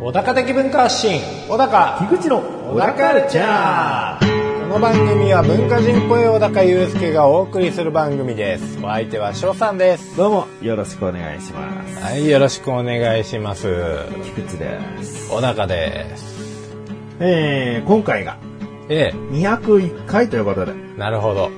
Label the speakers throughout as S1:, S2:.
S1: 小高的文化発信小高
S2: 樋口の
S1: 小高カルチャーこの番組は文化人っぽい小高祐介がお送りする番組ですお相手は翔さんです
S2: どうもよろしくお願いします
S1: はいよろしくお願いします
S2: 菊池です
S1: 小高です
S2: えー、今回が
S1: え
S2: 201回ということで
S1: えなるほど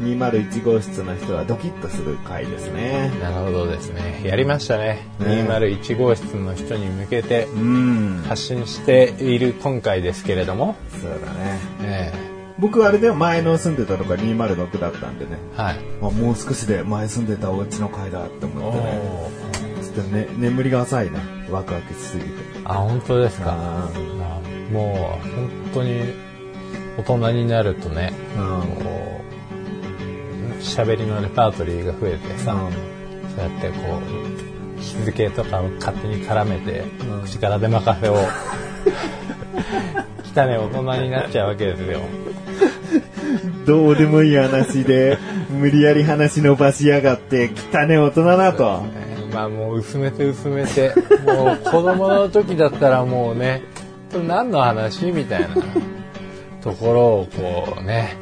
S2: 201号室の人はドキッとする回ですね
S1: なるほどですねやりましたね
S2: ね
S1: 201号室の人に向けて
S2: うん
S1: 発信している今回ですけれども
S2: そうだね
S1: え
S2: 僕あれで前の住んでたとこは206だったんでね
S1: えはい
S2: あもう少しで前住んでたお家の階だって思
S1: お
S2: ってね
S1: お
S2: ちょっとね眠りが浅いねワクワクしすぎて
S1: あ本当ですか
S2: あ
S1: あもう本当に大人になるとね
S2: うん
S1: こう喋りのレパートリーが増えてさ、
S2: うん
S1: そうやってこう日付とかを勝手に絡めて、
S2: うん
S1: 口から出まかせを来たね大人になっちゃうわけですよ
S2: どうでもいい話で、無理やり話伸ばしやがって、汚ね大人なと。
S1: まあもう薄めて薄めてもう子供の時だったらもうねこれ何の話みたいなところをこうね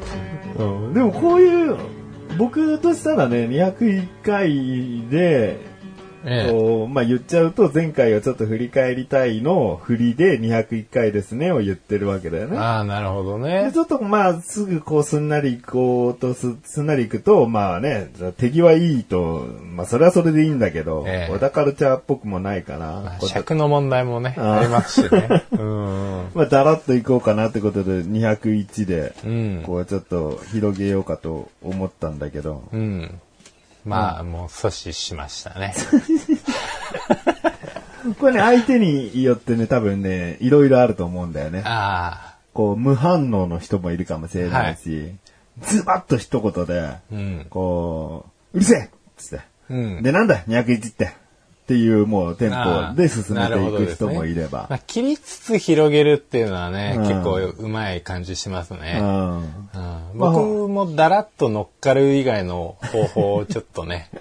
S2: うん、でもこういう、僕としたらね、201回で、
S1: ええ
S2: こうまあ、言っちゃうと、前回をちょっと振り返りたいの振りで201回ですねを言ってるわけだよね。
S1: ああなるほど
S2: で
S1: ね
S2: ちょっとまあ、すぐこう、すんなり行こうとす、すんなり行くと、まあね、手際いいと、まあ、それはそれでいいんだけど、
S1: ええ
S2: 小田カルチャーっぽくもないか
S1: ま
S2: ら
S1: あ、尺の問題もねありますしね うん
S2: まあ、だらっといこうかなってことで、201で、
S1: うん
S2: こうちょっと広げようかと思ったんだけど、
S1: うんまあ、もう阻止しました ね。
S2: これね、相手によってね、多分ね、いろいろあると思うんだよね。
S1: あ
S2: こう、無反応の人もいるかもしれないし、ズバッと一言で、
S1: あ、うん。
S2: こう、うるせえっつって、
S1: うん。
S2: で、なんだ ?201 って。っていう、もう、テン
S1: ああ
S2: ポで進め
S1: なるほ
S2: て
S1: ど
S2: い
S1: で
S2: く
S1: す
S2: 人
S1: ね
S2: もいれば。
S1: まあ、切りつつ広げるっていうのはね、
S2: うん
S1: 結構うまい感じします
S2: う
S1: ね。
S2: ん。
S1: うん僕もだらっと乗っかる以外の方法をちょっと ね。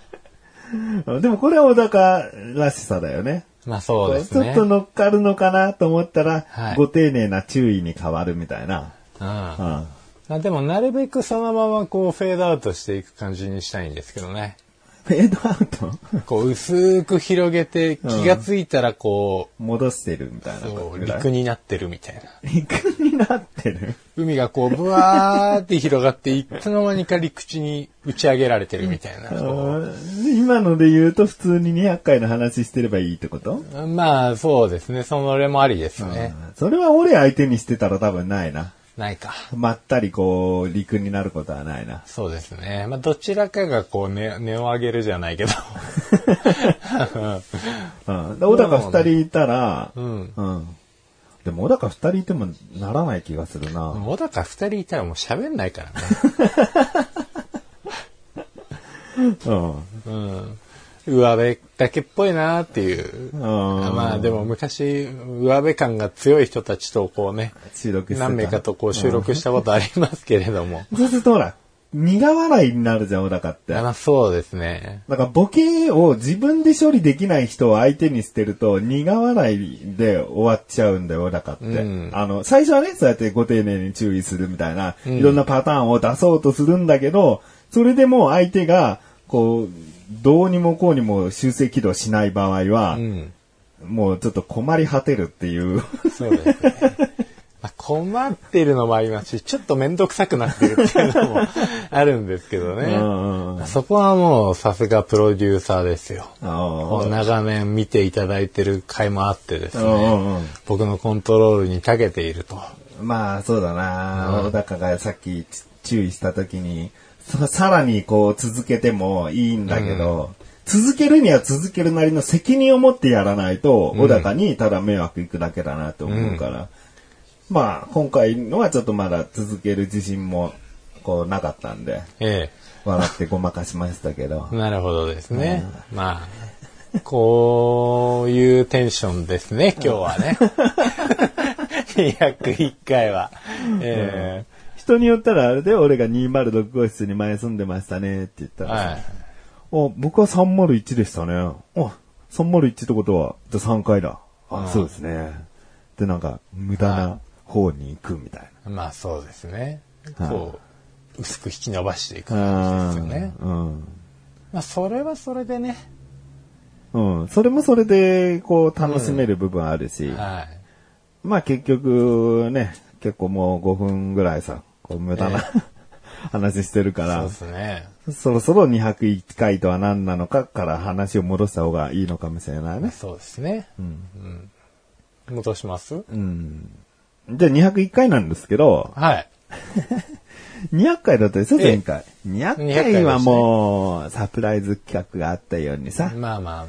S2: でも、これは小高らしさだよね。
S1: まあそうです
S2: ちょっ
S1: ね。
S2: と乗っかるのかなと思ったら、
S1: はい
S2: ご丁寧な注意に変わるみたいな。
S1: うんま
S2: うん
S1: あ、でもなるべくそのままこうフェードアウトしていく感じにしたいんですけどね。
S2: フェードアウト
S1: こう薄く広げて気がついたらこ、
S2: 戻してるみたいうな
S1: こ
S2: こ
S1: う
S2: とぐらい。
S1: 陸になってるみたいな。
S2: 陸になってる。
S1: 海がこう、ブワーって広がって、いつの間にか陸地に打ち上げられてるみたいな。こ
S2: うん今ので言うと普通に200回の話してればいいってこと、
S1: うまあ、そうですね。それもありですね。
S2: それは俺相手にしてたら多分ないな。
S1: ないか。
S2: まったりこう、陸になることはないな。
S1: そうですね。まあ、どちらかがこう、ね、根を上げるじゃない けど。
S2: うん。で小高2人いたら、
S1: うん。
S2: うん。でも小高2人いてもならない気がするな。
S1: 小高二人いたらもう喋んないからね。
S2: うん。
S1: うん。上辺だけっぽいなっていう。ま
S2: ま
S1: あでも昔、上辺感が強い人たちとこうね、
S2: 収録してた
S1: 何名かとこう収録したことありますけれども。
S2: そうするとほら、苦笑いになるじゃん、小高って。
S1: まあそうですね。
S2: なんかボケを自分で処理できない人を相手にしてると苦笑いで終わっちゃうんだよ、だからって。
S1: うん
S2: あの、最初はね、そうやってご丁寧に注意するみたいな、
S1: ん
S2: いろんなパターンを出そうとするんだけど、それでもう相手が、こう、どうにもこうにも修正起動しない場合は、
S1: うん。
S2: もうちょっと困り果てるっていう。
S1: そうですね。 まあ困ってるのもありますし、ちょっと面倒くさくなってるっていうのもあるんですけど
S2: う
S1: ね。
S2: んうんうん
S1: そこはもうさすがプロデューサーですよ。こう長年見ていただいてる回もあってです
S2: うんう
S1: ね。
S2: んうん
S1: 僕のコントロールに長けていると。
S2: まあ、そうだな。小高がさっきち注意したときに、ささらにこう続けてもいいんだけど、続けるには続けるなりの責任を持ってやらないと、小高にただ迷惑いくだけだなと思うから、まあ、今回のはちょっとまだ続ける自信も、こう、なかったんで、
S1: え
S2: 笑ってごまかしましたけど
S1: え。。なるほどですね。まあ、こういうテンションですね、今日はね。201回は。ええ
S2: 人によったらあれで俺が206号室に前住んでましたねって言ったらさ、
S1: はい。
S2: あ、僕は301でしたね。あ、301ってことは、じゃあ3回だ。あ、
S1: うん
S2: そうですね。で、なんか、無駄な方に行くみたい
S1: まあそうですね。
S2: はい
S1: こう、薄く引き伸ばしていく
S2: な。
S1: 感じですよね。
S2: うん。
S1: まあそれはそれでね。
S2: うん。それもそれで、こう、楽しめる部分あるし、
S1: はい。
S2: まあ結局、ね、結構もう5分ぐらいさ、こう無駄な、 話してるか
S1: そう
S2: ら
S1: で、すね。
S2: そろそろ201回とは何なのかから話を戻した方がいいのかもしれないね。
S1: そうですね。うん戻します
S2: うん。じゃあ201回なんですけど、
S1: はい。
S2: 200回だったですよ、前回。
S1: 200
S2: 200回
S1: 回
S2: は
S1: は
S2: もう、サプライズ企画があったようにさ、
S1: まあまあま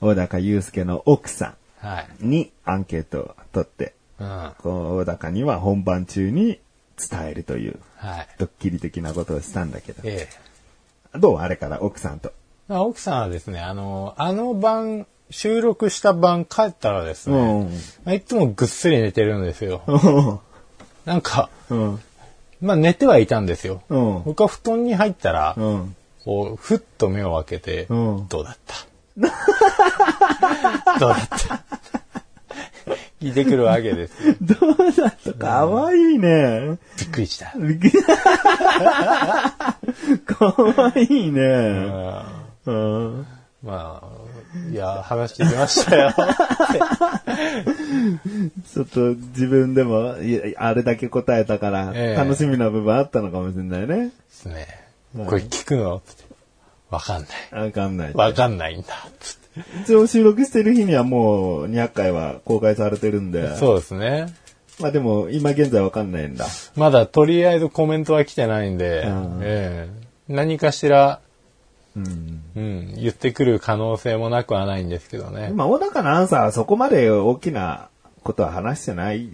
S2: 小高祐介の奥さ
S1: あ。はい。
S2: んにアンケートを取って、
S1: うん。は
S2: こう、小高には本番中に伝えるという、
S1: い。
S2: ドッキリ的なことをしたんだけど。
S1: ええ。
S2: どうあれから、奥さんと。
S1: まあ奥さんはですね、あの、あの晩、収録した晩帰ったらです
S2: う
S1: ね、
S2: ん。
S1: まあいつもぐっすり寝てるんですよ。
S2: う
S1: なんか、
S2: ん。
S1: まあ寝てはいたんですよ。
S2: うん
S1: 僕は布団に入ったら、
S2: うん。
S1: こう、ふっと目を開けて、
S2: うん
S1: どうだった どうだった聞いてくるわけですよ。
S2: どうだったかわいいね。
S1: びっくりした。
S2: かわいい
S1: うん
S2: ね。
S1: ま
S2: うん。
S1: あ、いや、話してきましたよ。
S2: ちょっと自分でも、いやあれだけ答えたから、
S1: ええ
S2: 楽しみな部分あったのかもしれないね。
S1: ですね。これ聞くのつってわかんない。
S2: わかんない。
S1: わかんないんだ。つって
S2: 一応収録してる日にはもう200回は公開されてるんで。
S1: そうですね。
S2: まあでも、今現在わかんないんだ。
S1: まだとりあえずコメントは来てないんで、
S2: うん
S1: ええ何かしら、
S2: うん。
S1: うん、言ってくる可能性もなくはないんですけどね。
S2: まあ、小高のアンサーはそこまで大きなことは話してない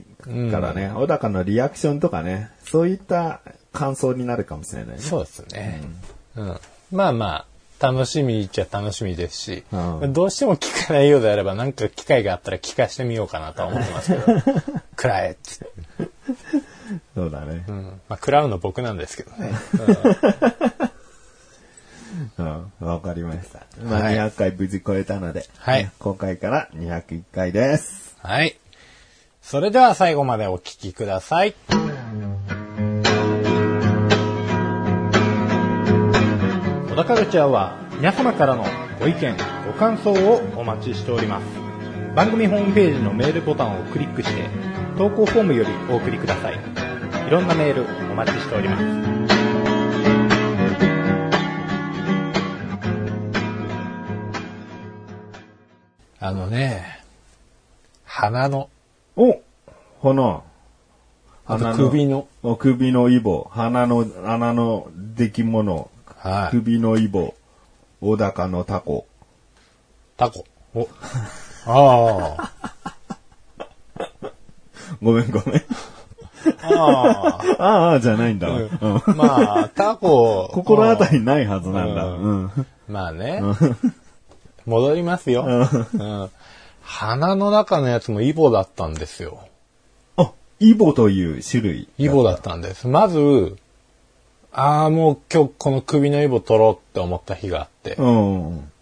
S2: からね、小高のリアクションとかね、そういった感想になるかもしれないね。
S1: そうですね。うん。まあまあ、楽しみっちゃ楽しみですし、
S2: うん
S1: どうしても聞かないようであれば、なんか機会があったら聞かしてみようかなとは思ってますけ ど、くらえっつって。
S2: そうだね。
S1: うん。まあ、食らうの僕なんですけどね。
S2: うん、わかりました。まあ、
S1: はい
S2: 200回無事超えたので、
S1: はい
S2: 今回から201回です。
S1: はい。それでは最後までお聞きください。小田カルチャーは皆様からのご意見、ご感想をお待ちしております。番組ホームページのメールボタンをクリックして、投稿フォームよりお送りください。いろんなメールお待ちしております。あのね、鼻の、
S2: お鼻。
S1: あと首の。
S2: お首のイボ。鼻の、穴の出来物。
S1: はい、
S2: 首のイボ。小高のタコ。
S1: タコ。お、ああ、
S2: ごめんご めん。
S1: ああ。
S2: ああああ、じゃないんだわ。うん
S1: まあ、タコ。
S2: 心当たりないはずなんだ。
S1: う
S2: うん。
S1: まあね。戻りますよ。うん鼻の中のやつもイボだったんですよ。
S2: あ、イボという種類。
S1: イボだったんです。まず、ああ、もう今日この首のイボ取ろうって思った日があって。
S2: うん。うん。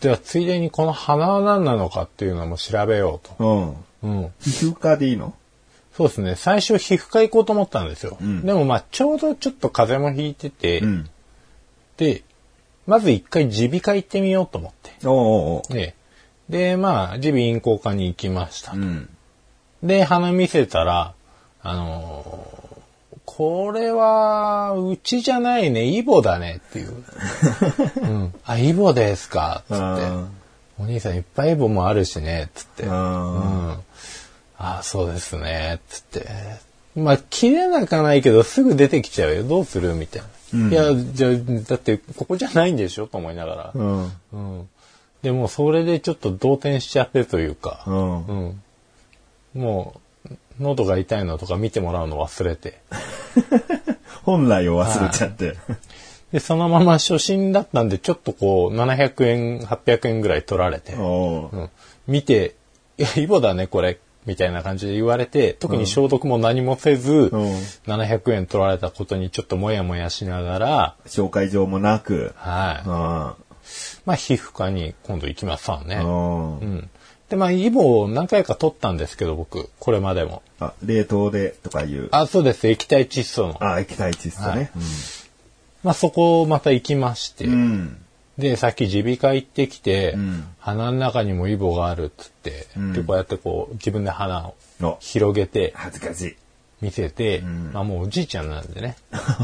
S1: では、ついでにこの鼻は何なのかっていうのも調べようと。うん。
S2: 皮膚科でいいの
S1: そうですね。最初皮膚科行こうと思ったんですよ。
S2: ん
S1: でもまあ、ちょうどちょっと風邪もひいてて、
S2: うん。
S1: で、まず一回耳鼻科行ってみようと思って。
S2: おうおうお
S1: で、で、まあ、耳鼻咽喉科に行きました
S2: う。う。ん。
S1: で、鼻見せたら、あのーこれは、うちじゃないね、イボだねって いう。うん。あ、イボですか、つって。
S2: あ
S1: お兄さんいっぱいイボもあるしね、つって。
S2: ー
S1: うん。
S2: あ
S1: あそうですね、つって。まあ、切れなかないけど、すぐ出てきちゃうよ。どうするみたいな。いや、じゃあだって、ここじゃないんでしょと思いながら
S2: ー。。うん。
S1: うん。でも、それでちょっと動転しちゃってというか、
S2: うん
S1: う。ん。もう、喉が痛いのとか見てもらうの忘れて。
S2: 本来を忘れちゃって。
S1: で、そのまま初心だったんで、ちょっとこう、700円、800円ぐらい取られて、
S2: おう
S1: うん。見て、いや、イボだね、これ。みたいな感じで言われて、特に消毒も何もせず、
S2: うん
S1: 700円取られたことにちょっともやもやしながら、
S2: 紹介状もなく。
S1: はい。まあ、皮膚科に今度行きますわね。
S2: うん。うん。
S1: うんで、まあ、イボを何回か取ったんですけど、僕、これまでも。
S2: あ、冷凍でとかいう。
S1: あ、そうです、液体窒素の。
S2: あ、液体窒素ね。
S1: まあ、そこをまた行きまして、
S2: うん。
S1: で、さっき耳鼻科行ってきて、
S2: ん
S1: 鼻の中にもイボがあるっつって、
S2: うん
S1: で、こうやってこう、自分で鼻を
S2: の、
S1: 広げて、
S2: 恥ずかしい。
S1: 見せて、
S2: ん
S1: まあ、もうおじいちゃんなんでね。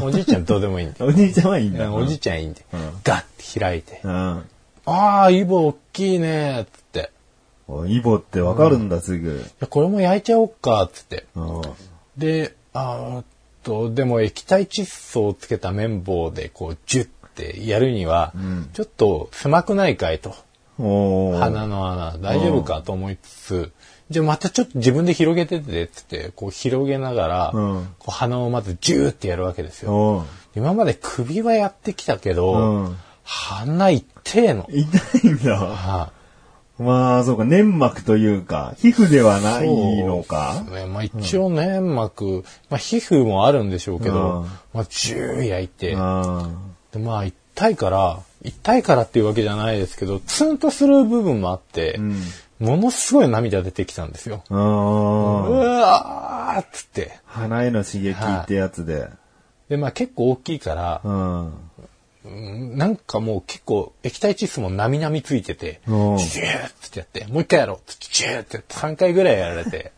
S1: おじいちゃんどうでもいいん で。
S2: お兄ちゃんはいいんだ。
S1: おじいちゃんいいんで、
S2: うん
S1: ガッて開いて、
S2: うん。
S1: ああ、イボ大きいねーっつって、
S2: おイボってわかるんだ、す
S1: い
S2: ぐ。
S1: やこれも焼いちゃおっかーっつって、
S2: うん。
S1: で、あーっと、でも液体窒素をつけた綿棒でこう、ジュッてやるには、
S2: ん
S1: ちょっと狭くないかいと。
S2: おー
S1: 鼻の穴、大丈夫かと思いつつ、じゃあまたちょっと自分で広げてて、つって、こう広げながら、
S2: うん
S1: こう鼻をまずジューってやるわけですよ。
S2: おー
S1: 今まで首はやってきたけど、
S2: うん
S1: 鼻痛えの。
S2: 痛いんだ。
S1: は
S2: まあ、そうか、粘膜というか、皮膚ではないの
S1: い
S2: か。
S1: ねまあ、一応粘膜、まあ、皮膚もあるんでしょうけど、
S2: うん
S1: まあ、ジュー焼いて、
S2: あ
S1: でまあ痛いから痛いからっていうわけじゃないですけどツンとする部分もあって、
S2: ん
S1: ものすごい涙出てきたんですよ。
S2: あ。
S1: う
S2: うん
S1: わーっつって。
S2: 鼻への刺激ってやつで。
S1: でまあ結構大きいから
S2: う、ん。
S1: うんなんかもう結構液体窒素もなみなみついてて、ジ
S2: う
S1: ュ
S2: ん
S1: ーッつってやって、もう一回やろうっつって、ジューッつって3回ぐらいやられて、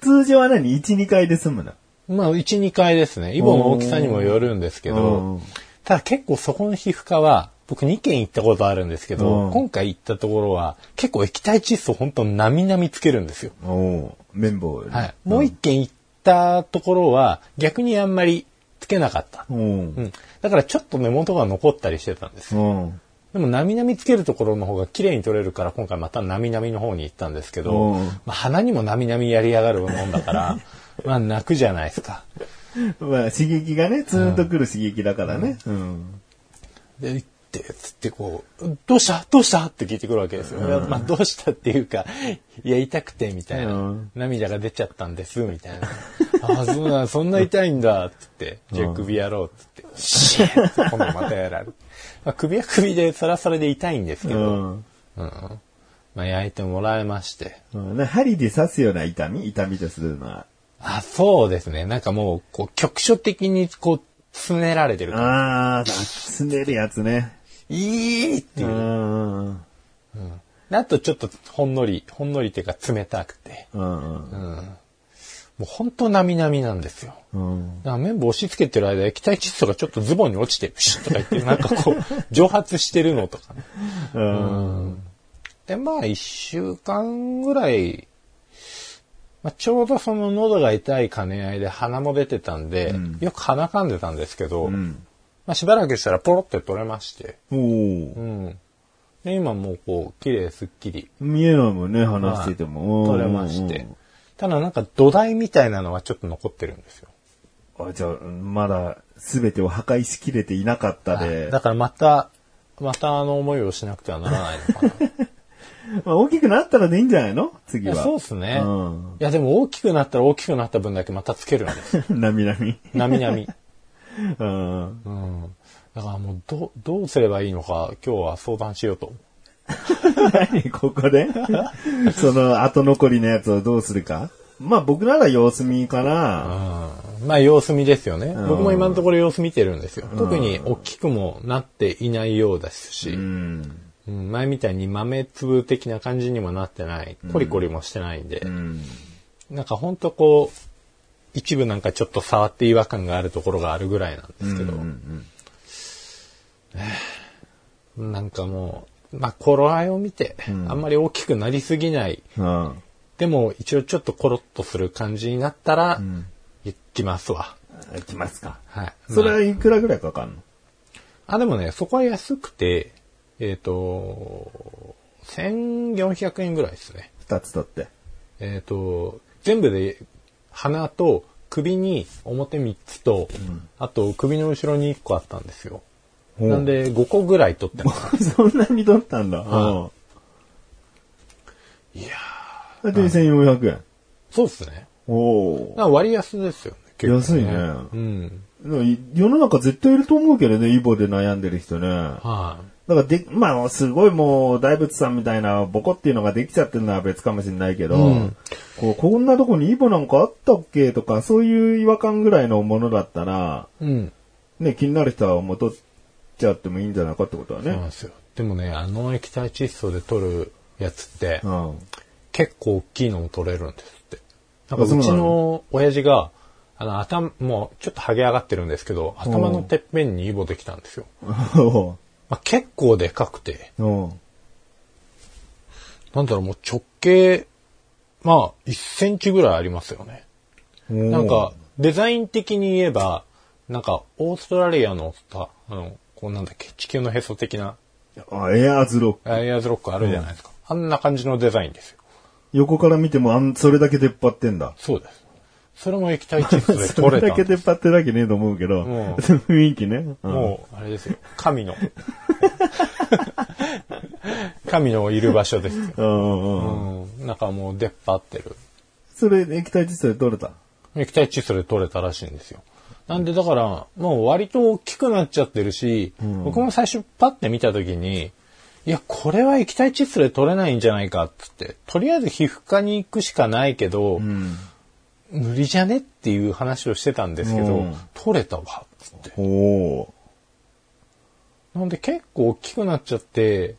S2: 通常は何 ?1、2回で済むな。
S1: まあ1、2回ですね。イボの大きさにもよるんですけ
S2: うん
S1: ど、ただ結構そこの皮膚科は、僕2軒行ったことあるんですけ
S2: う
S1: ど、
S2: ん
S1: 今回行ったところは結構液体窒素本当なみなみつけるんですよ。
S2: おお綿棒より。
S1: はい。もう1軒行ったところは逆にあんまりつけなかった。う。
S2: うん
S1: だからちょっと根元が残ったりしてたんです。
S2: ん。うん。
S1: でも、なみなみつけるところの方が綺麗に取れるから、今回またなみなみの方に行ったんですけど、
S2: うん
S1: まあ、鼻にもなみなみやりやがるもんだ から、まあ、泣くじゃないですか。
S2: まあ、刺激がね、ツーンとくる刺激だからね。うん。
S1: で、行って、つってこう、どうしたどうしたって聞いてくるわけですよ。いやまあ、どうしたっていうか、いや、痛くて、みたいな、
S2: うん
S1: 涙が出ちゃったんです、みたいな。ああ、そうなん、そんな痛いんだ、つって。じゃあ首やろう、つって。シーッ今度またやられる。まあ、首は首で、そらそれで痛いんですけ
S2: う
S1: ど、う
S2: ん。
S1: んまあ、焼いてもらいまして。
S2: うん針で刺すような痛み痛みとするのは。
S1: あ、そうですね。なんかもう、こう、局所的に、こう、つねられてる感
S2: ああ、すねるやつね。
S1: じ。いいって
S2: う
S1: いう。
S2: ん。うん。
S1: あとちょっと、ほんのり、ほんのりっていうか、冷たくて。
S2: うん。
S1: もう、ほんと、なみなみなんですよ。
S2: うん。
S1: だから綿棒押し付けてる間、液体窒素がちょっとズボンに落ちて、プシュッとか言って、なんか こう、蒸発してるのとかね。で、まあ、一週間ぐらい、まあ、ちょうどその喉が痛い兼ね合いで鼻も出てたんで、
S2: うん
S1: よく鼻噛んでたんですけど、
S2: うん。
S1: まあ、しばらくしたらポロって取れまして、
S2: お
S1: う
S2: お。
S1: ん。で、今もうこう、綺麗すっきり
S2: 見えないもんね、話してても。
S1: 取れまして
S2: うん。。
S1: ただなんか土台みたいなのはちょっと残ってるんですよ。
S2: あ、じゃあ、まだ、すべてを破壊しきれていなかったで。
S1: だからまた、またあの思いをしなくてはならないのかな。
S2: まあ、大きくなったらでいいんじゃないの
S1: い
S2: 次
S1: や
S2: は。
S1: そうですね。
S2: うん
S1: いやでも大きくなったら大きくなった分だけまたつけるんですよ。
S2: なみなみ。
S1: なみな み。
S2: うん。
S1: うん。だからもうど、どうすればいいのか今日は相談しようと。
S2: 何ここでその後残りのやつをどうするかまあ僕なら様子見かな。
S1: うん。まあ様子見ですよね。僕も今のところ様子見てるんですよ。特に大きくもなっていないようですし、
S2: う
S1: うん
S2: ん。
S1: 前みたいに豆粒的な感じにもなってない。コリコリもしてないんで、
S2: うん。
S1: なんかほんとこう、一部なんかちょっと触って違和感があるところがあるぐらいなんですけど、
S2: うん
S1: なんかもう、まあ頃合いを見て、あんまり大きくなりすぎない
S2: うん。うん
S1: でも一応ちょっとコロッとする感じになったら、行きますわ。
S2: いきますか。
S1: はい。
S2: それ
S1: ま
S2: はいくらぐらいかかんの
S1: あ、あでもね、そこは安くて、えっ、と、1400円ぐらいですね。
S2: 二つ取って。
S1: えっ、と、全部で鼻と首に表3つと、あと首の後ろに1個あったんですよ。
S2: ほう
S1: なんで5個ぐらい取ってます。
S2: そんなに取ったんだ。
S1: は
S2: うん。いやー。だって1400円。
S1: そうですね。
S2: お
S1: なんか割安ですよね。結構
S2: 安いね
S1: うん。
S2: お。い世の中絶対いると思うけどね、イボで悩んでる人ね。だか
S1: は
S2: らで、まあ、すごいもう、大仏さんみたいなボコっていうのができちゃってるのは別かもしれないけど、
S1: うん
S2: こうこんなとこにイボなんかあったっけとか、そういう違和感ぐらいのものだったら、
S1: い。うん。
S2: ね、気になる人はもう取っちゃってもいいんじゃないかってことは
S1: そうなん
S2: ね。
S1: ですよ。でもね、あの液体窒素で取るやつって、
S2: うん。
S1: 結構大きいのも取れるんですって。なんか
S2: あそう
S1: う
S2: なの
S1: ちの親父が、あの、頭、もうちょっとハゲ上がってるんですけど、頭のてっぺんにイボできたんですよ。
S2: お
S1: まあ、結構でかくて、
S2: うおう
S1: なんだろう、もう直径、まあ、1センチぐらいありますよね。 なんか、デザイン的に言えば、なんか、オーストラリアのさ、あの、こうなんだっけ、地球のへそ的な、
S2: あエアーズロック。
S1: エアーズロックあるじゃないですか。あんな感じのデザインですよ。
S2: 横から見てもあん、それだけ出っ張ってんだ。
S1: そうです。それも液体窒素で
S2: そ
S1: 取れ
S2: れだ
S1: たん
S2: け
S1: です
S2: 出っ張ってるわけねえと思うけど、
S1: うん
S2: 雰囲気ね。うん
S1: もう、あれですよ。神の。 神のいる場所ですよ。
S2: うんうん
S1: う
S2: うん。
S1: ん。なんかもう出っ張ってる。
S2: それ液体実際取れた。
S1: 液体窒素で取れたらしいんですよ。なんでだから、もう割と大きくなっちゃってるし、僕も最初パッて見た時に、いや、これは液体窒素で取れないんじゃないかっつって、とりあえず皮膚科に行くしかないけど、
S2: ん
S1: 無理じゃねっていう話をしてたんですけど、
S2: うん
S1: 取れたわ、つって。
S2: おお
S1: なんで結構大きくなっちゃって、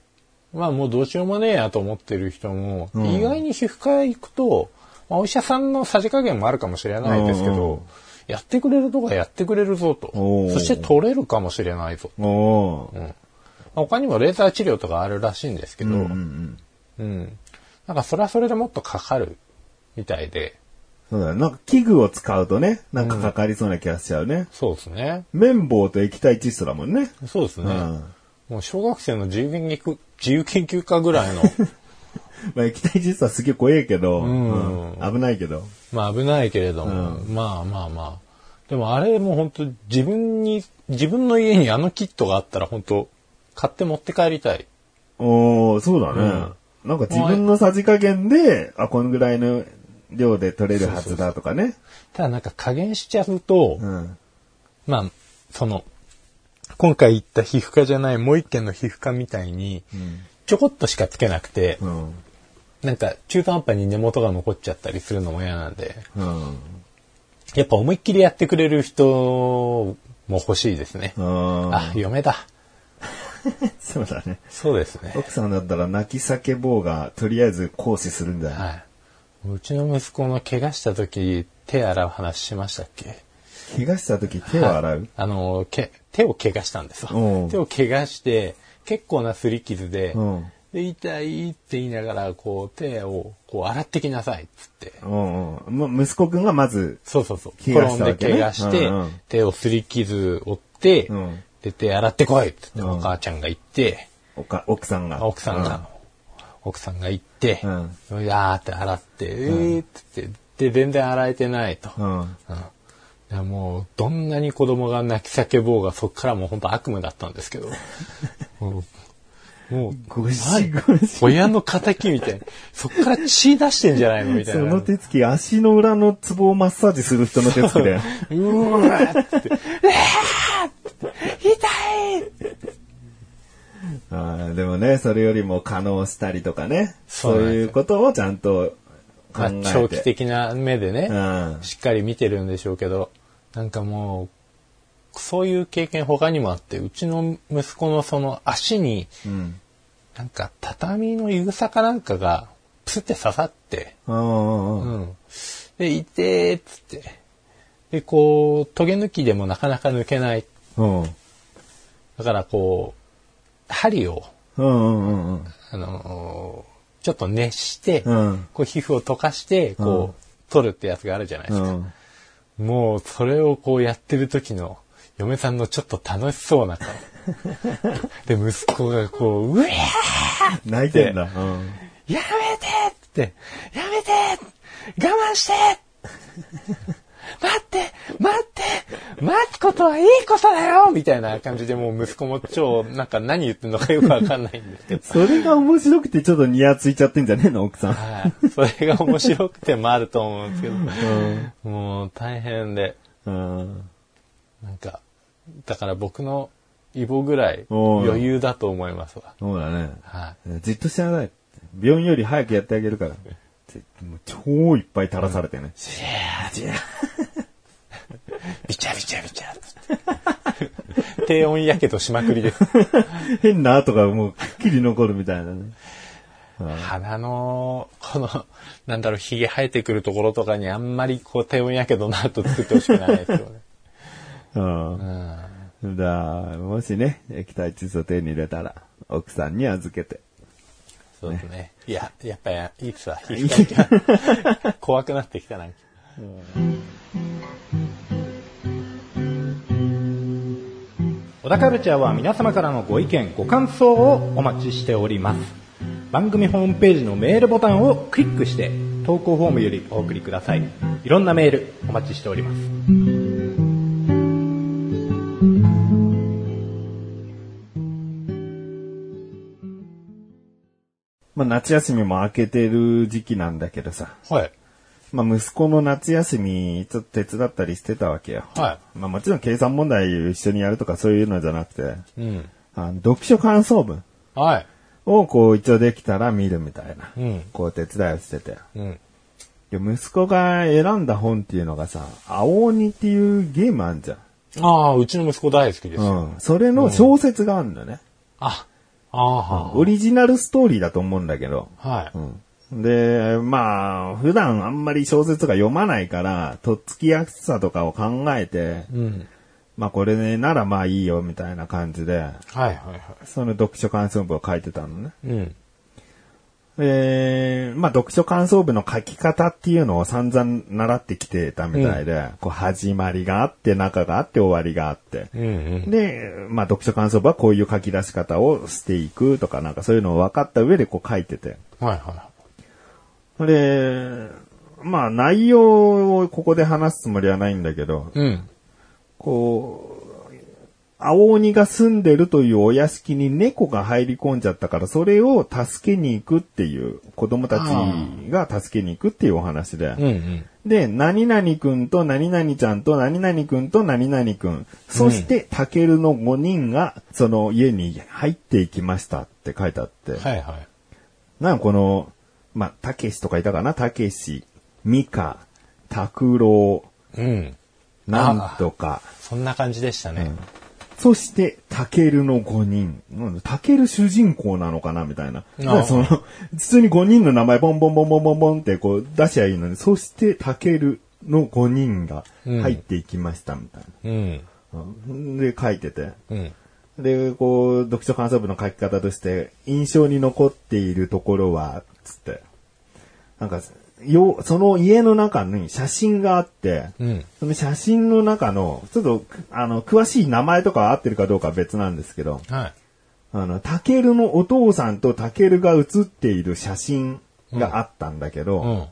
S1: まあもうどうしようもねえやと思ってる人も、
S2: ん
S1: 意外に皮膚科行くと、まあお医者さんのさじ加減もあるかもしれないですけ
S2: うんう
S1: ど、やってくれるとかやってくれるぞと
S2: おー。
S1: そして取れるかもしれないぞ。
S2: ー。おー。
S1: まあ他にもレーザー治療とかあるらしいんですけど、
S2: う
S1: うん。
S2: うんうんん。
S1: なんかそれはそれでもっとかかるみたいで、
S2: そうだよ。なんか器具を使うとね、なんかかかりそうな気がしちゃうね。
S1: そうですね。
S2: 綿棒と液体窒素だもんね。
S1: そうですね。
S2: うん
S1: もう小学生の自由研究、自由研究家ぐらいの、
S2: まあ液体窒素はすげえ怖えけど、
S1: ん
S2: うん危ないけど。
S1: まあ危ないけれども、まあまあまあ。でもあれも本当自分に、自分の家にあのキットがあったら本当買って持って帰りたい。
S2: おおそうだね。なんか自分のさじ加減で、あ、このぐらいの量で取れるはずだとかね。
S1: ただなんか加減しちゃうと、
S2: うん。
S1: まあ、その、今回行った皮膚科じゃないもう一軒の皮膚科みたいに、ちょこっとしかつけなくて、
S2: うん。
S1: なんか中途半端に根元が残っちゃったりするのも嫌なんで、
S2: うん。
S1: やっぱ思いっきりやってくれる人も欲しいですね。
S2: あ
S1: あ、嫁だ。
S2: そうだね。
S1: そうですね。
S2: 奥さんだったら泣き叫ぼうが、とりあえず行使するんだよ。
S1: はい。うちの息子の怪我した時、手洗う話しましたっけ
S2: 怪我した時手を洗う、
S1: あの、け、手を怪我したんですわ
S2: うん
S1: 手を怪我して、結構な擦り傷で、
S2: うん
S1: で、痛いって言いながら、こう、手を、こう、洗ってきなさい、っつって。
S2: うんうん。ま息子くんがまず、
S1: そうそうそう。
S2: 怪我し
S1: 転
S2: た
S1: ん
S2: わ
S1: で
S2: けね
S1: 怪我して、
S2: うんうん
S1: 手を擦り傷負って、
S2: うん
S1: で、手洗ってこいっつって、
S2: うん
S1: お母ちゃんが行って、
S2: おか奥さんが。
S1: 奥さんが、奥さんが行って、
S2: う
S1: うんやーって洗って、えーっつって、で、全然洗えてないと。
S2: うん。うん。
S1: うん。いやもう、どんなに子供が泣き叫ぼうが、そっからもう本当悪夢だったんですけ ど。もう、もう
S2: ごし
S1: はい
S2: ごし。
S1: 親の仇みたいな。そっから血出してんじゃないのみたい
S2: そ
S1: な。
S2: の手つき、足の裏のツボをマッサージする人の手つきだよ。
S1: うわーっつって、うわーっつって痛い
S2: あーでもね、それよりも可能したりとかね。
S1: そう
S2: そう
S1: なんですよ
S2: いうことをちゃんと考
S1: ま
S2: え
S1: あ
S2: て。
S1: 長期的な目でね、
S2: うん
S1: しっかり見てるんでしょうけど、なんかもう、そういう経験他にもあって、うちの息子のその足に、
S2: うん。
S1: なんか畳の湯草かなんかが、プスって刺さって、
S2: うんうんうん。
S1: うん。で、痛えっつって。で、こう、トゲ抜きでもなかなか抜けない。
S2: うん。うん
S1: だからこう、針を、
S2: うんうんうん。
S1: あのーちょっと熱して、
S2: うん
S1: こう皮膚を溶かして、
S2: う
S1: こ
S2: ん
S1: う、取るってやつがあるじゃないですか。
S2: うん。
S1: もう、それをこうやってる時の、嫁さんのちょっと楽しそうな 顔。で、息子がこう、うえ
S2: 泣いてんだ。うん。
S1: ーやめてって、やめて我慢して待って待って待つことはいいことだよみたいな感じでもう息子も超、なんか何言ってんのかよくわかんないんですけど。
S2: それが面白くてちょっとニヤついちゃってんじゃねえの奥 さん。
S1: はい。それが面白くてもあると思うんですけど。もう大変で。
S2: うん。
S1: なんか、だから僕のイボぐらい
S2: おう
S1: 余裕だと思いますわ。
S2: そうだね。
S1: は
S2: じっとしてなさい。病院より早くやってあげるから。ってもう超いっぱい垂らされてね。
S1: い。いやー
S2: じゃ
S1: ビチャビチャビチャっつって。 低温やけどしまくりです。
S2: あ変な跡がもうくっきり残るみたいなね。
S1: 鼻の、この、 なんだろう、髭生えてくるところとかにあんまりこう低温やけどなと作ってほしくないですよね。
S2: うん。だもしね、液体窒素手に入れたら、奥さんに預けて。
S1: そうですね。 いや、やっぱり、いつは、いつは、怖くなってきたなんか。小田カルチャーは皆様からのご意見、ご感想をお待ちしております。番組ホームページのメールボタンをクリックして、投稿フォームよりお送りください。いろんなメールお待ちしております。
S2: まあ夏休みも明けてる時期なんだけどさ。
S1: はい。
S2: まあ息子の夏休み、ちょっと手伝ったりしてたわけよ。
S1: は
S2: まあもちろん計算問題一緒にやるとかそういうのじゃなくて、
S1: い。うん。
S2: あの読書感想文
S1: はい。
S2: をこう一応できたら見るみたいな。
S1: うん
S2: こう手伝いをしてて。
S1: うん。
S2: で息子が選んだ本っていうのがさ、青鬼っていうゲームあんじゃん。
S1: ああ、うちの息子大好きですよ。
S2: うん。それの小説があるんだね。
S1: あ、ああ、
S2: オリジナルストーリーだと思うんだけど。
S1: はい。
S2: うん。で、まあ、普段あんまり小説とか読まないから、とっつきやすさとかを考えて、
S1: うん。
S2: まあこれ、ね、ならまあいいよみたいな感じで、
S1: はいはいは
S2: その読書感想文を書いてたのね。
S1: い。うん。
S2: えー、まあ読書感想文の書き方っていうのを散々習ってきてたみたいで、こう始まりがあって、中があって、終わりがあって。
S1: うんうん。
S2: で、まあ読書感想文はこういう書き出し方をしていくとかなんかそういうのを分かった上でこう書いてて。
S1: はいは
S2: で、まあ内容をここで話すつもりはないんだけど、
S1: い。うん。
S2: こう、青鬼が住んでるというお屋敷に猫が入り込んじゃったから、それを助けに行くっていう、子供たちが助けに行くっていうお話で。
S1: うんうん。
S2: で、何々くんと何々ちゃんと何々くんと何々くん。そして、タケルの5人が、その家に入っていきましたって書いてあって。
S1: はいはい。
S2: なんかこの、まあ、たけしとかいたかなたけし、みか、たくろ
S1: うん。
S2: う、なんとか。
S1: そんな感じでしたね。
S2: そして、タケルの5人。うんタケル主人公なのかなみたいな。だからその、普通に5人の名前ボンボンボンボンボンボンってこう出しゃいいのに、そしてタケルの5人が入っていきました、みたい
S1: うん。
S2: な、うんで、書いてて。
S1: うん。
S2: で、こう、読書感想文の書き方として、印象に残っているところは、つって。なんか、よ、その家の中に写真があって、
S1: うん
S2: その写真の中の、ちょっと、あの、詳しい名前とかは合ってるかどうかは別なんですけど、
S1: はい。
S2: あの、タケルのお父さんとタケルが写っている写真があったんだけど、
S1: うん。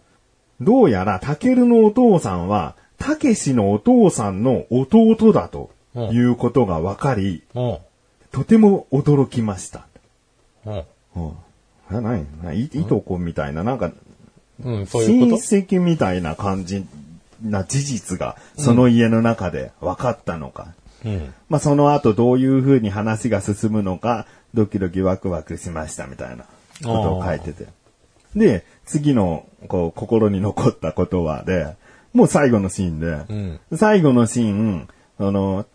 S2: どうやらタケルのお父さんは、たけしのお父さんの弟だということが分かり、
S1: うん。
S2: とても驚きました。
S1: うん。
S2: うん。あないない、いいとこみたいな、なんか、
S1: うん、そうい
S2: 親
S1: うこ
S2: 戚みたいな感じな事実が、その家の中で分かったのか。
S1: とうん。
S2: まあ、その後どういう風に話が進むのか、ドキドキワクワクしましたみたいなことを書いてて。で、次の、こう、心に残ったことはで、もう最後のシーンで、最後のシーン、あの、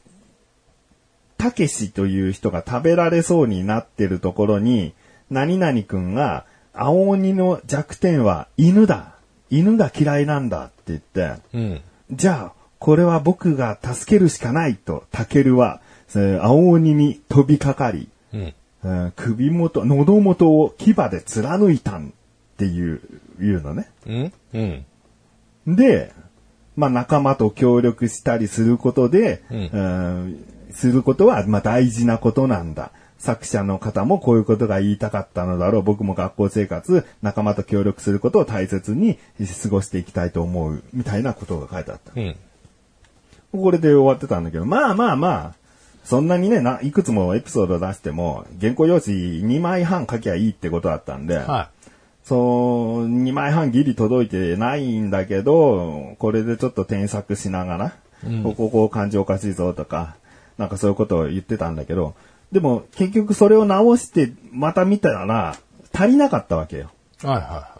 S2: たけしという人が食べられそうになってるところに、何々くんが、青鬼の弱点は犬だ犬が嫌いなんだって言って、
S1: うん。
S2: じゃあ、これは僕が助けるしかないと、タケルは、えー青鬼に飛びかかり、
S1: うん。
S2: えー首元、喉元を牙で貫いたんっていう、いうのね。
S1: うん。うん。
S2: で、まあ仲間と協力したりすることで、
S1: うん
S2: えーすることは、まあ大事なことなんだ。作者の方もこういうことが言いたかったのだろう。僕も学校生活、仲間と協力することを大切に過ごしていきたいと思う。みたいなことが書いてあった。
S1: うん。
S2: これで終わってたんだけど、まあまあまあ、そんなにね、ないくつもエピソード出しても、原稿用紙2枚半書きゃいいってことだったんで、
S1: は
S2: そう、2枚半ギリ届いてないんだけど、これでちょっと添削しながら、こここう漢字おかしいぞとか、なんかそういうことを言ってたんだけど、でも結局それを直してまた見たら、足りなかったわけよ。
S1: い。はいは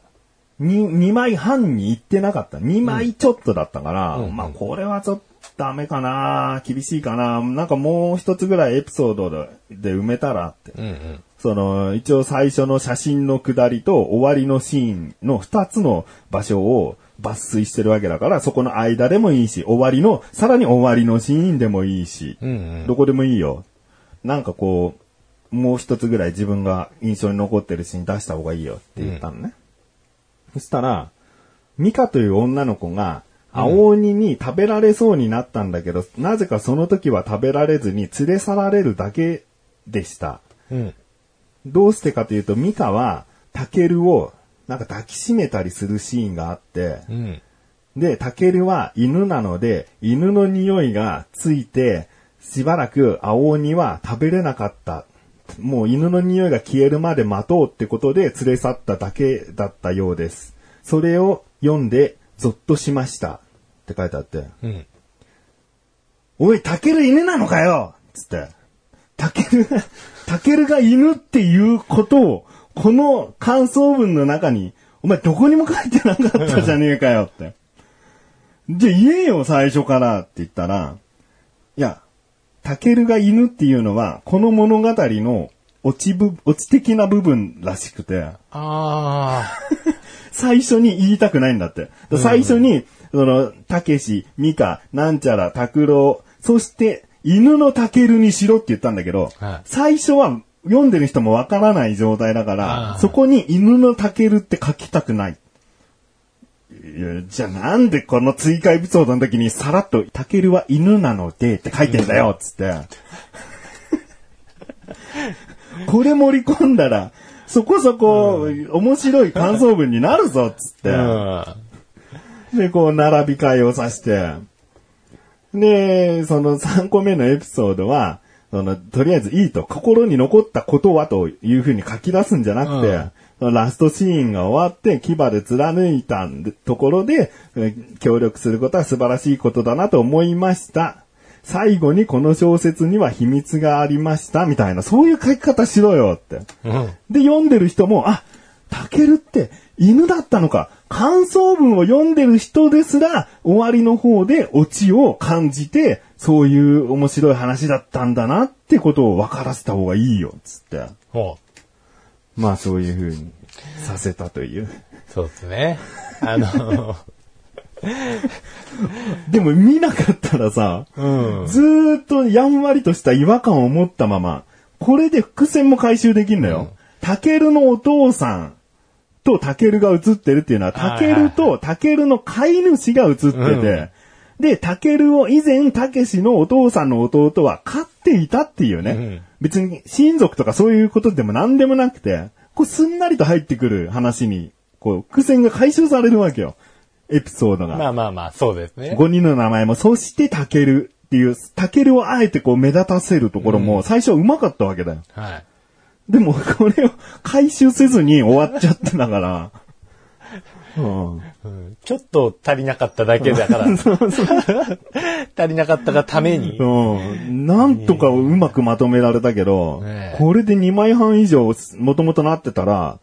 S2: に2枚半に行ってなかった。2枚ちょっとだったから、
S1: うん
S2: まあこれはちょっとダメかな、厳しいかな、なんかもう一つぐらいエピソードでで埋めたらっ
S1: い。
S2: て。
S1: うんうん。
S2: その、一応最初の写真の下りと終わりのシーンの二つの場所を抜粋してるわけだから、そこの間でもいいし、終わりの、さらに終わりのシーンでもいいし、
S1: うんうん
S2: どこでもいいよ。なんかこう、もう一つぐらい自分が印象に残ってるシーン出した方がいいよって言ったのね。そしたら、ミカという女の子が、青鬼に食べられそうになったんだけど、なぜかその時は食べられずに連れ去られるだけでした。
S1: うん。
S2: どうしてかというと、ミカは、タケルを、なんか抱きしめたりするシーンがあって、
S1: うん。
S2: で、タケルは犬なので、犬の匂いがついて、しばらく青鬼は食べれなかった。もう犬の匂いが消えるまで待とうってことで連れ去っただけだったようです。それを読んで、ゾッとしました。って書いてあって。
S1: うん。
S2: おい、タケル犬なのかよつって。タケルが、タケルが犬っていうことを、この感想文の中に、お前どこにも書いてなかったじゃねえかよって。じゃあ言えよ、最初からって言ったら、いや、タケルが犬っていうのは、この物語の落ちぶ、落ち的な部分らしくて、
S1: あ
S2: 最初に言いたくないんだって。だから最初に、その、たけし、みか、なんちゃら、たくろう、そして、犬のたけるにしろって言ったんだけど、
S1: はい
S2: 最初は読んでる人もわからない状態だから
S1: あ、ー
S2: そこに犬のたけるって書きたくない。いやじゃあなんでこの追加エピソードの時にさらっと、たけるは犬なのでって書いてんだよ、つって。これ盛り込んだら、そこそこ面白い感想文になるぞ、つって。
S1: あ。
S2: で、こう、並び替えをさして、で、その3個目のエピソードは、その、とりあえずいいと、心に残ったことはというふうに書き出すんじゃなくて、
S1: うん
S2: そのラストシーンが終わって、牙で貫いたんでところで、えー協力することは素晴らしいことだなと思いました。最後にこの小説には秘密がありました、みたいな、そういう書き方しろよって。
S1: うん。うん。
S2: で、読んでる人も、あ、タケルって犬だったのか。感想文を読んでる人ですら、終わりの方でオチを感じて、そういう面白い話だったんだなってことを分からせた方がいいよ、つって。
S1: ほう。
S2: まあそういう風にさせたという。
S1: そうですね。あ の、
S2: でも見なかったらさ、
S1: うん。
S2: ずーっとやんわりとした違和感を持ったまま、これで伏線も回収できんだよ。タケルのお父さんとタケルが映ってるっていうのは、タケルとタケルの飼い主が映ってて、
S1: うん
S2: で、タケルを以前、タケシのお父さんの弟は飼っていたっていうね、
S1: うん
S2: 別に親族とかそういうことでも何でもなくて、こうすんなりと入ってくる話に、こう、伏線が回収されるわけよ。エピソードが。
S1: まあまあまあ、そうですね。
S2: 5人の名前も、そしてタケルっていう、タケルをあえてこう目立たせるところも、最初はうまかったわけだよ。
S1: はい。
S2: でも、これを回収せずに終わっちゃってだから。 うん。
S1: うんちょっと足りなかっただけだ から。足りなかったがために。
S2: うん。なんとかうまくまとめられたけど、
S1: ねえ
S2: これで2枚半以上もともとなってたら、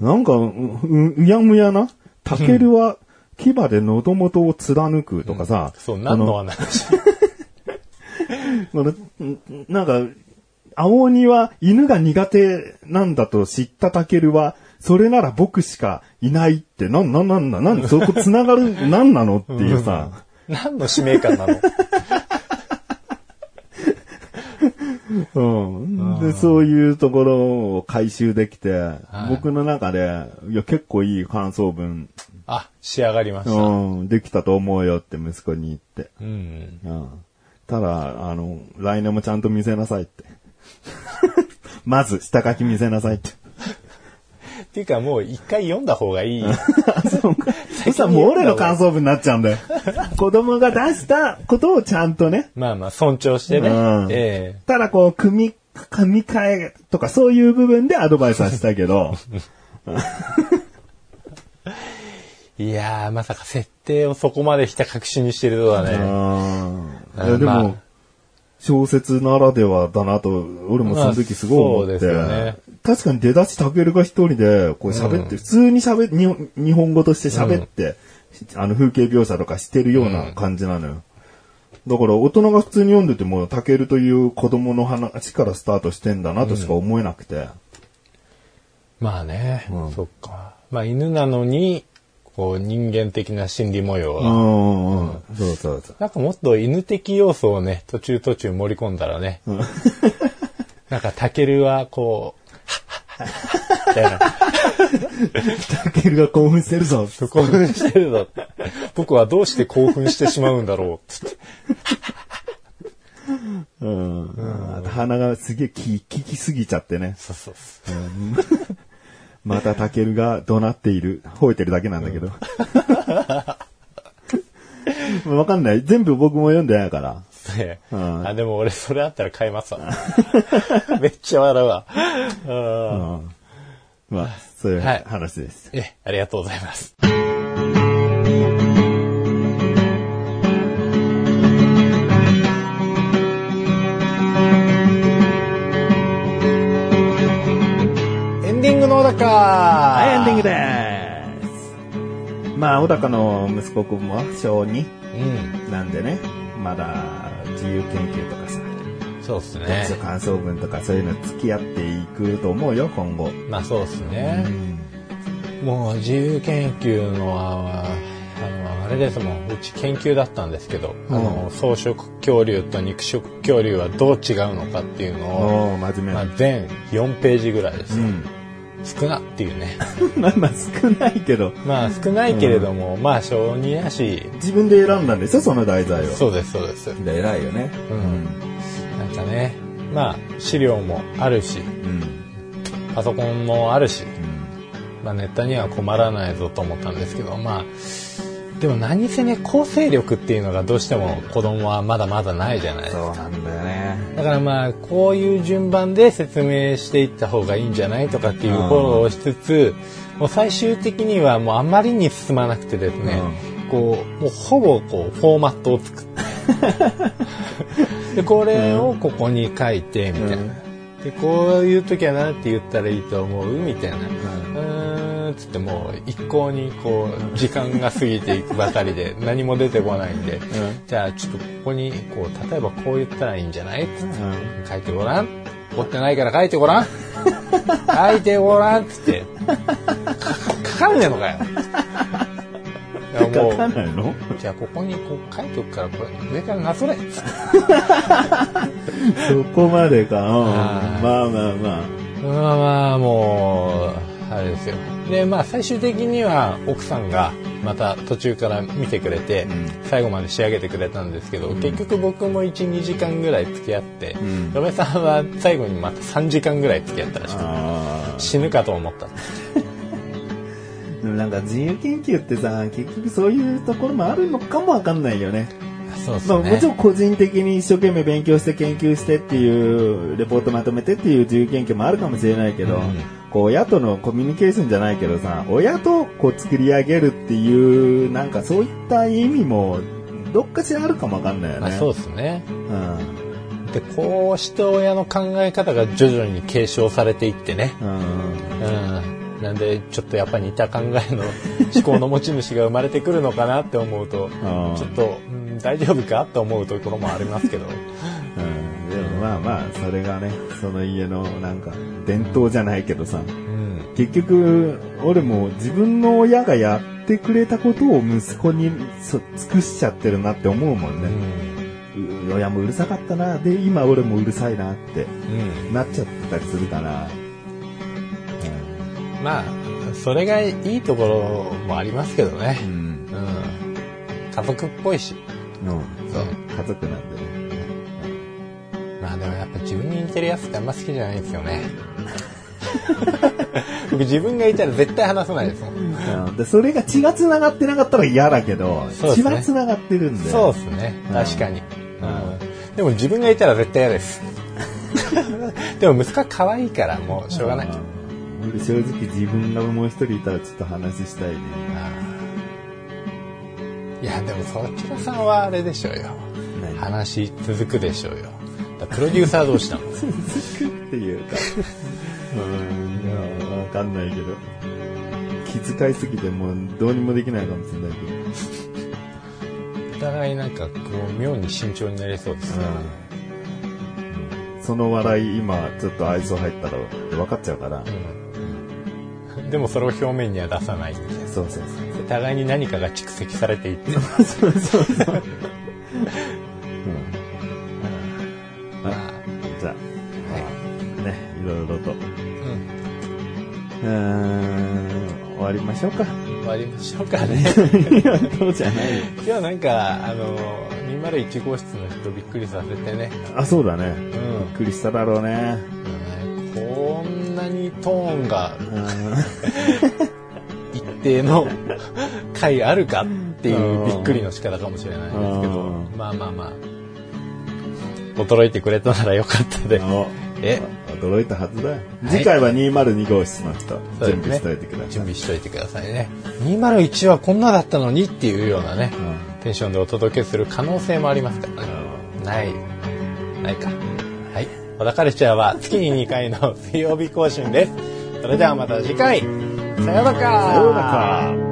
S2: なんかう、う、うやむやな。タケルは牙で喉元を貫くとかさ。
S1: そう、
S2: あ
S1: 何の話。
S2: そのんなんか、青鬼は犬が苦手なんだと知ったタケルは、それなら僕しかいないって、なん、なん、なんだ、なん、そこ繋がる、なんなのっていうさ、
S1: 何の使命感 なの
S2: うん。で、そういうところを回収できて、
S1: い
S2: 僕の中で、いや、結構いい感想文、
S1: あ、仕上がりました。
S2: うん、できたと思うよって息子に言って。
S1: うん。
S2: うん。ただ、あの、来年もちゃんと見せなさいって。 まず、下書き見せなさいって。
S1: っていうかもう一回読んだ方がいい。
S2: そしたらもう俺の感想文になっちゃうんだよ。 子供が出したことをちゃんとね。
S1: まあまあ、尊重してね。
S2: うん
S1: え
S2: ただこう、組み、組み替えとかそういう部分でアドバイスはしたけど、
S1: えいやー、まさか設定をそこまでひた隠しにしてるとは
S2: う
S1: ね。
S2: んい
S1: まあ
S2: やでも、小説ならではだなと、俺もその時すごい思って。
S1: まあそうです
S2: 確かに出だしタケルが一人で、こう喋って、普通に喋って、日本日本語として喋って、あの風景描写とかしてるような感じなのよ。だから大人が普通に読んでても、タケルという子供の話からスタートしてんだなとしか思えなくて。
S1: まあね、
S2: うん
S1: そっか。まあ犬なのに、こう人間的な心理模様
S2: う
S1: は。
S2: んうんうん。そうそうそう。
S1: なんかもっと犬的要素をね、途中途中盛り込んだらね。 なんかタケルはこう、みたいな。
S2: タケルが興奮してるぞ。
S1: 興奮してるぞ。僕はどうして興奮してしまうんだろう。つって
S2: うん。鼻がすげえ効き効きすぎちゃってね。
S1: そうそうそう。
S2: またタケルが怒鳴っている。吠えてるだけなんだけど。わかんない。全部僕も読んでないから。
S1: ね
S2: うん
S1: あ、でも俺それあったら買います わ。めっちゃ笑うわ。うん
S2: うんまあ、そういう
S1: はい
S2: 話です。
S1: え、ありがとうございます。エンディングの小高
S2: はい、
S1: は
S2: エンディングです。まあ、小高の息子くんも小2
S1: う
S2: なんでね、まだ自由研究とかさ、
S1: ん、そうっすね
S2: 読書。感想文とかそういうの付き合っていくと思うよ、今後。
S1: まあそうっすね。もう自由研究のは、あの、あれですもん、うち研究だったんですけど、あの、草食恐竜と肉食恐竜はどう違うのかっていうのを、
S2: おー、真面目
S1: まあ、全4ページぐらいです
S2: う
S1: よ。
S2: ん。
S1: 少なっていうね。
S2: まあまあ少ないけど、
S1: まあ少ないけれども、まあ小2やし、
S2: 自分で選んだんでしょ、その題材を。
S1: そうですそうです。
S2: で偉いよね。
S1: うん。なんかね、まあ資料もあるし、
S2: うん。
S1: パソコンもあるし、
S2: うん。
S1: まあネタには困らないぞと思ったんですけど、まあ、でも何せね、構成力っていうのがどうしても子供はまだまだないじゃないです
S2: そう
S1: か。
S2: なんだよね。
S1: だからまあ、こういう順番で説明していった方がいいんじゃないとかっていうフォローをしつつ、もう最終的にはもうあまりに進まなくてですね、こう、もうほぼこう、フォーマットを作って。 で、これをここに書いて、みたいな。で、こういう時は何て言ったらいいと思うみたいな。うーん、つってもう一向にこう、時間が過ぎていくばかりで何も出てこないんで、じゃあちょっとここに、こう、例えばこう言ったらいいんじゃないつって書いてごらん。持ってないから書いてごらん。 書いてごらんっつって。か書かんねえのかよ。いやもう
S2: 書かないの
S1: じゃあここにこう書いとくからこれ上からなぞれっつって
S2: そこまでか。うん
S1: はい
S2: まあまあまあ。
S1: まあまあもうあれですよでまあ最終的には奥さんがまた途中から見てくれて、
S2: ん
S1: 最後まで仕上げてくれたんですけど、結局僕も12時間ぐらい付き合って、
S2: ん
S1: 嫁さんは最後にまた3時間ぐらい付き合ったらしくて
S2: あ
S1: 死ぬかと思った
S2: ーでもなんか自由研究ってさ、結局そういうところもあるのかもわかんないよね。
S1: そう
S2: まあ、もちろ
S1: ん
S2: ん個人的に一生懸命勉強して研究してっていうレポートまとめてっていう自由研究もあるかもしれないけど、
S1: うん
S2: こう親とのコミュニケーションじゃないけどさ親とこう作り上げるっていうなんかそういった意味もどっかしらあるかもわかんないよ
S1: まあ
S2: ね。
S1: そうですね
S2: うん
S1: でこうして親の考え方が徐々に継承されていってね、
S2: うん
S1: うん、なんでちょっとやっぱ似た考えの思考の持ち主が生まれてくるのかなって思うと
S2: あー
S1: ちょっと、うん、大丈夫かって思うところもありますけど
S2: うんでもまあまあそれがねその家のなんか伝統じゃないけどさ
S1: うん
S2: 結局俺も自分の親がやってくれたことを息子にそ尽くしちゃってるなって思うもん
S1: う
S2: ね。
S1: ん
S2: う親もうるさかったなで今俺もうるさいなって
S1: うん
S2: なっちゃったりするから、
S1: まあそれがいいところもありますけどね
S2: う、ん
S1: うん、家族っぽいし
S2: うんそう家族なんでね
S1: まあでもやっぱ自分に似てるやつってあんま好きじゃないんですよね僕自分がいたら絶対話さないですもん。
S2: うんで、それが血が繋がってなかったら嫌だけど、
S1: そうです
S2: 血
S1: ね
S2: は繋がってるんで。
S1: そうですね。確かに。うん。でも自分がいたら絶対嫌です。 でも息子は可愛いからもうしょうがない。
S2: 俺正直自分がもう一人いたらちょっと話したいね。
S1: いや、でもそちらさんはあれでしょうよ。
S2: 何
S1: 話続くでしょうよ。だからプロデューサー同士だもん。
S2: 続くっていうか。うん、いや、わかんないけど。気遣いすぎてもうどうにもできないかもしれないけど。
S1: お互いなんかこう妙に慎重になりそうですね。
S2: その笑い今ちょっと愛想入ったら分かっちゃうから。
S1: うんでもそれを表面には出さないっていう
S2: そうそう
S1: 互いに何かが蓄積されていって。
S2: そう。そうそうそう。
S1: まあ
S2: じゃあ、ね、いろいろと。
S1: うん。
S2: うーん、終わりましょう か。
S1: 終わりましょうかね。
S2: そうじゃない。
S1: 今日なんか、あの、201号室の人びっくりさせてね。
S2: あ、そうだ
S1: う
S2: ね。
S1: ん
S2: びっくりしただろうね。
S1: こんなにトーンが
S2: う
S1: 一定の回あるかっていうびっくりの仕方かもしれないんですけど
S2: うん
S1: まあまあまあ驚いてくれたならよかったで
S2: ん。お
S1: え
S2: 驚いたはずだよ。次回は202号室の人、
S1: そうです
S2: 準
S1: ね
S2: 備しておいてくださ
S1: 準
S2: い。
S1: 備しといてくださいね201はこんなだったのにっていうようなね
S2: うん
S1: テンションでお届けする可能性もありますからね
S2: う
S1: ないないかはい小田カルチャーは月に2回の水曜日更新ですそれではまた次回さようなら
S2: んそうだか。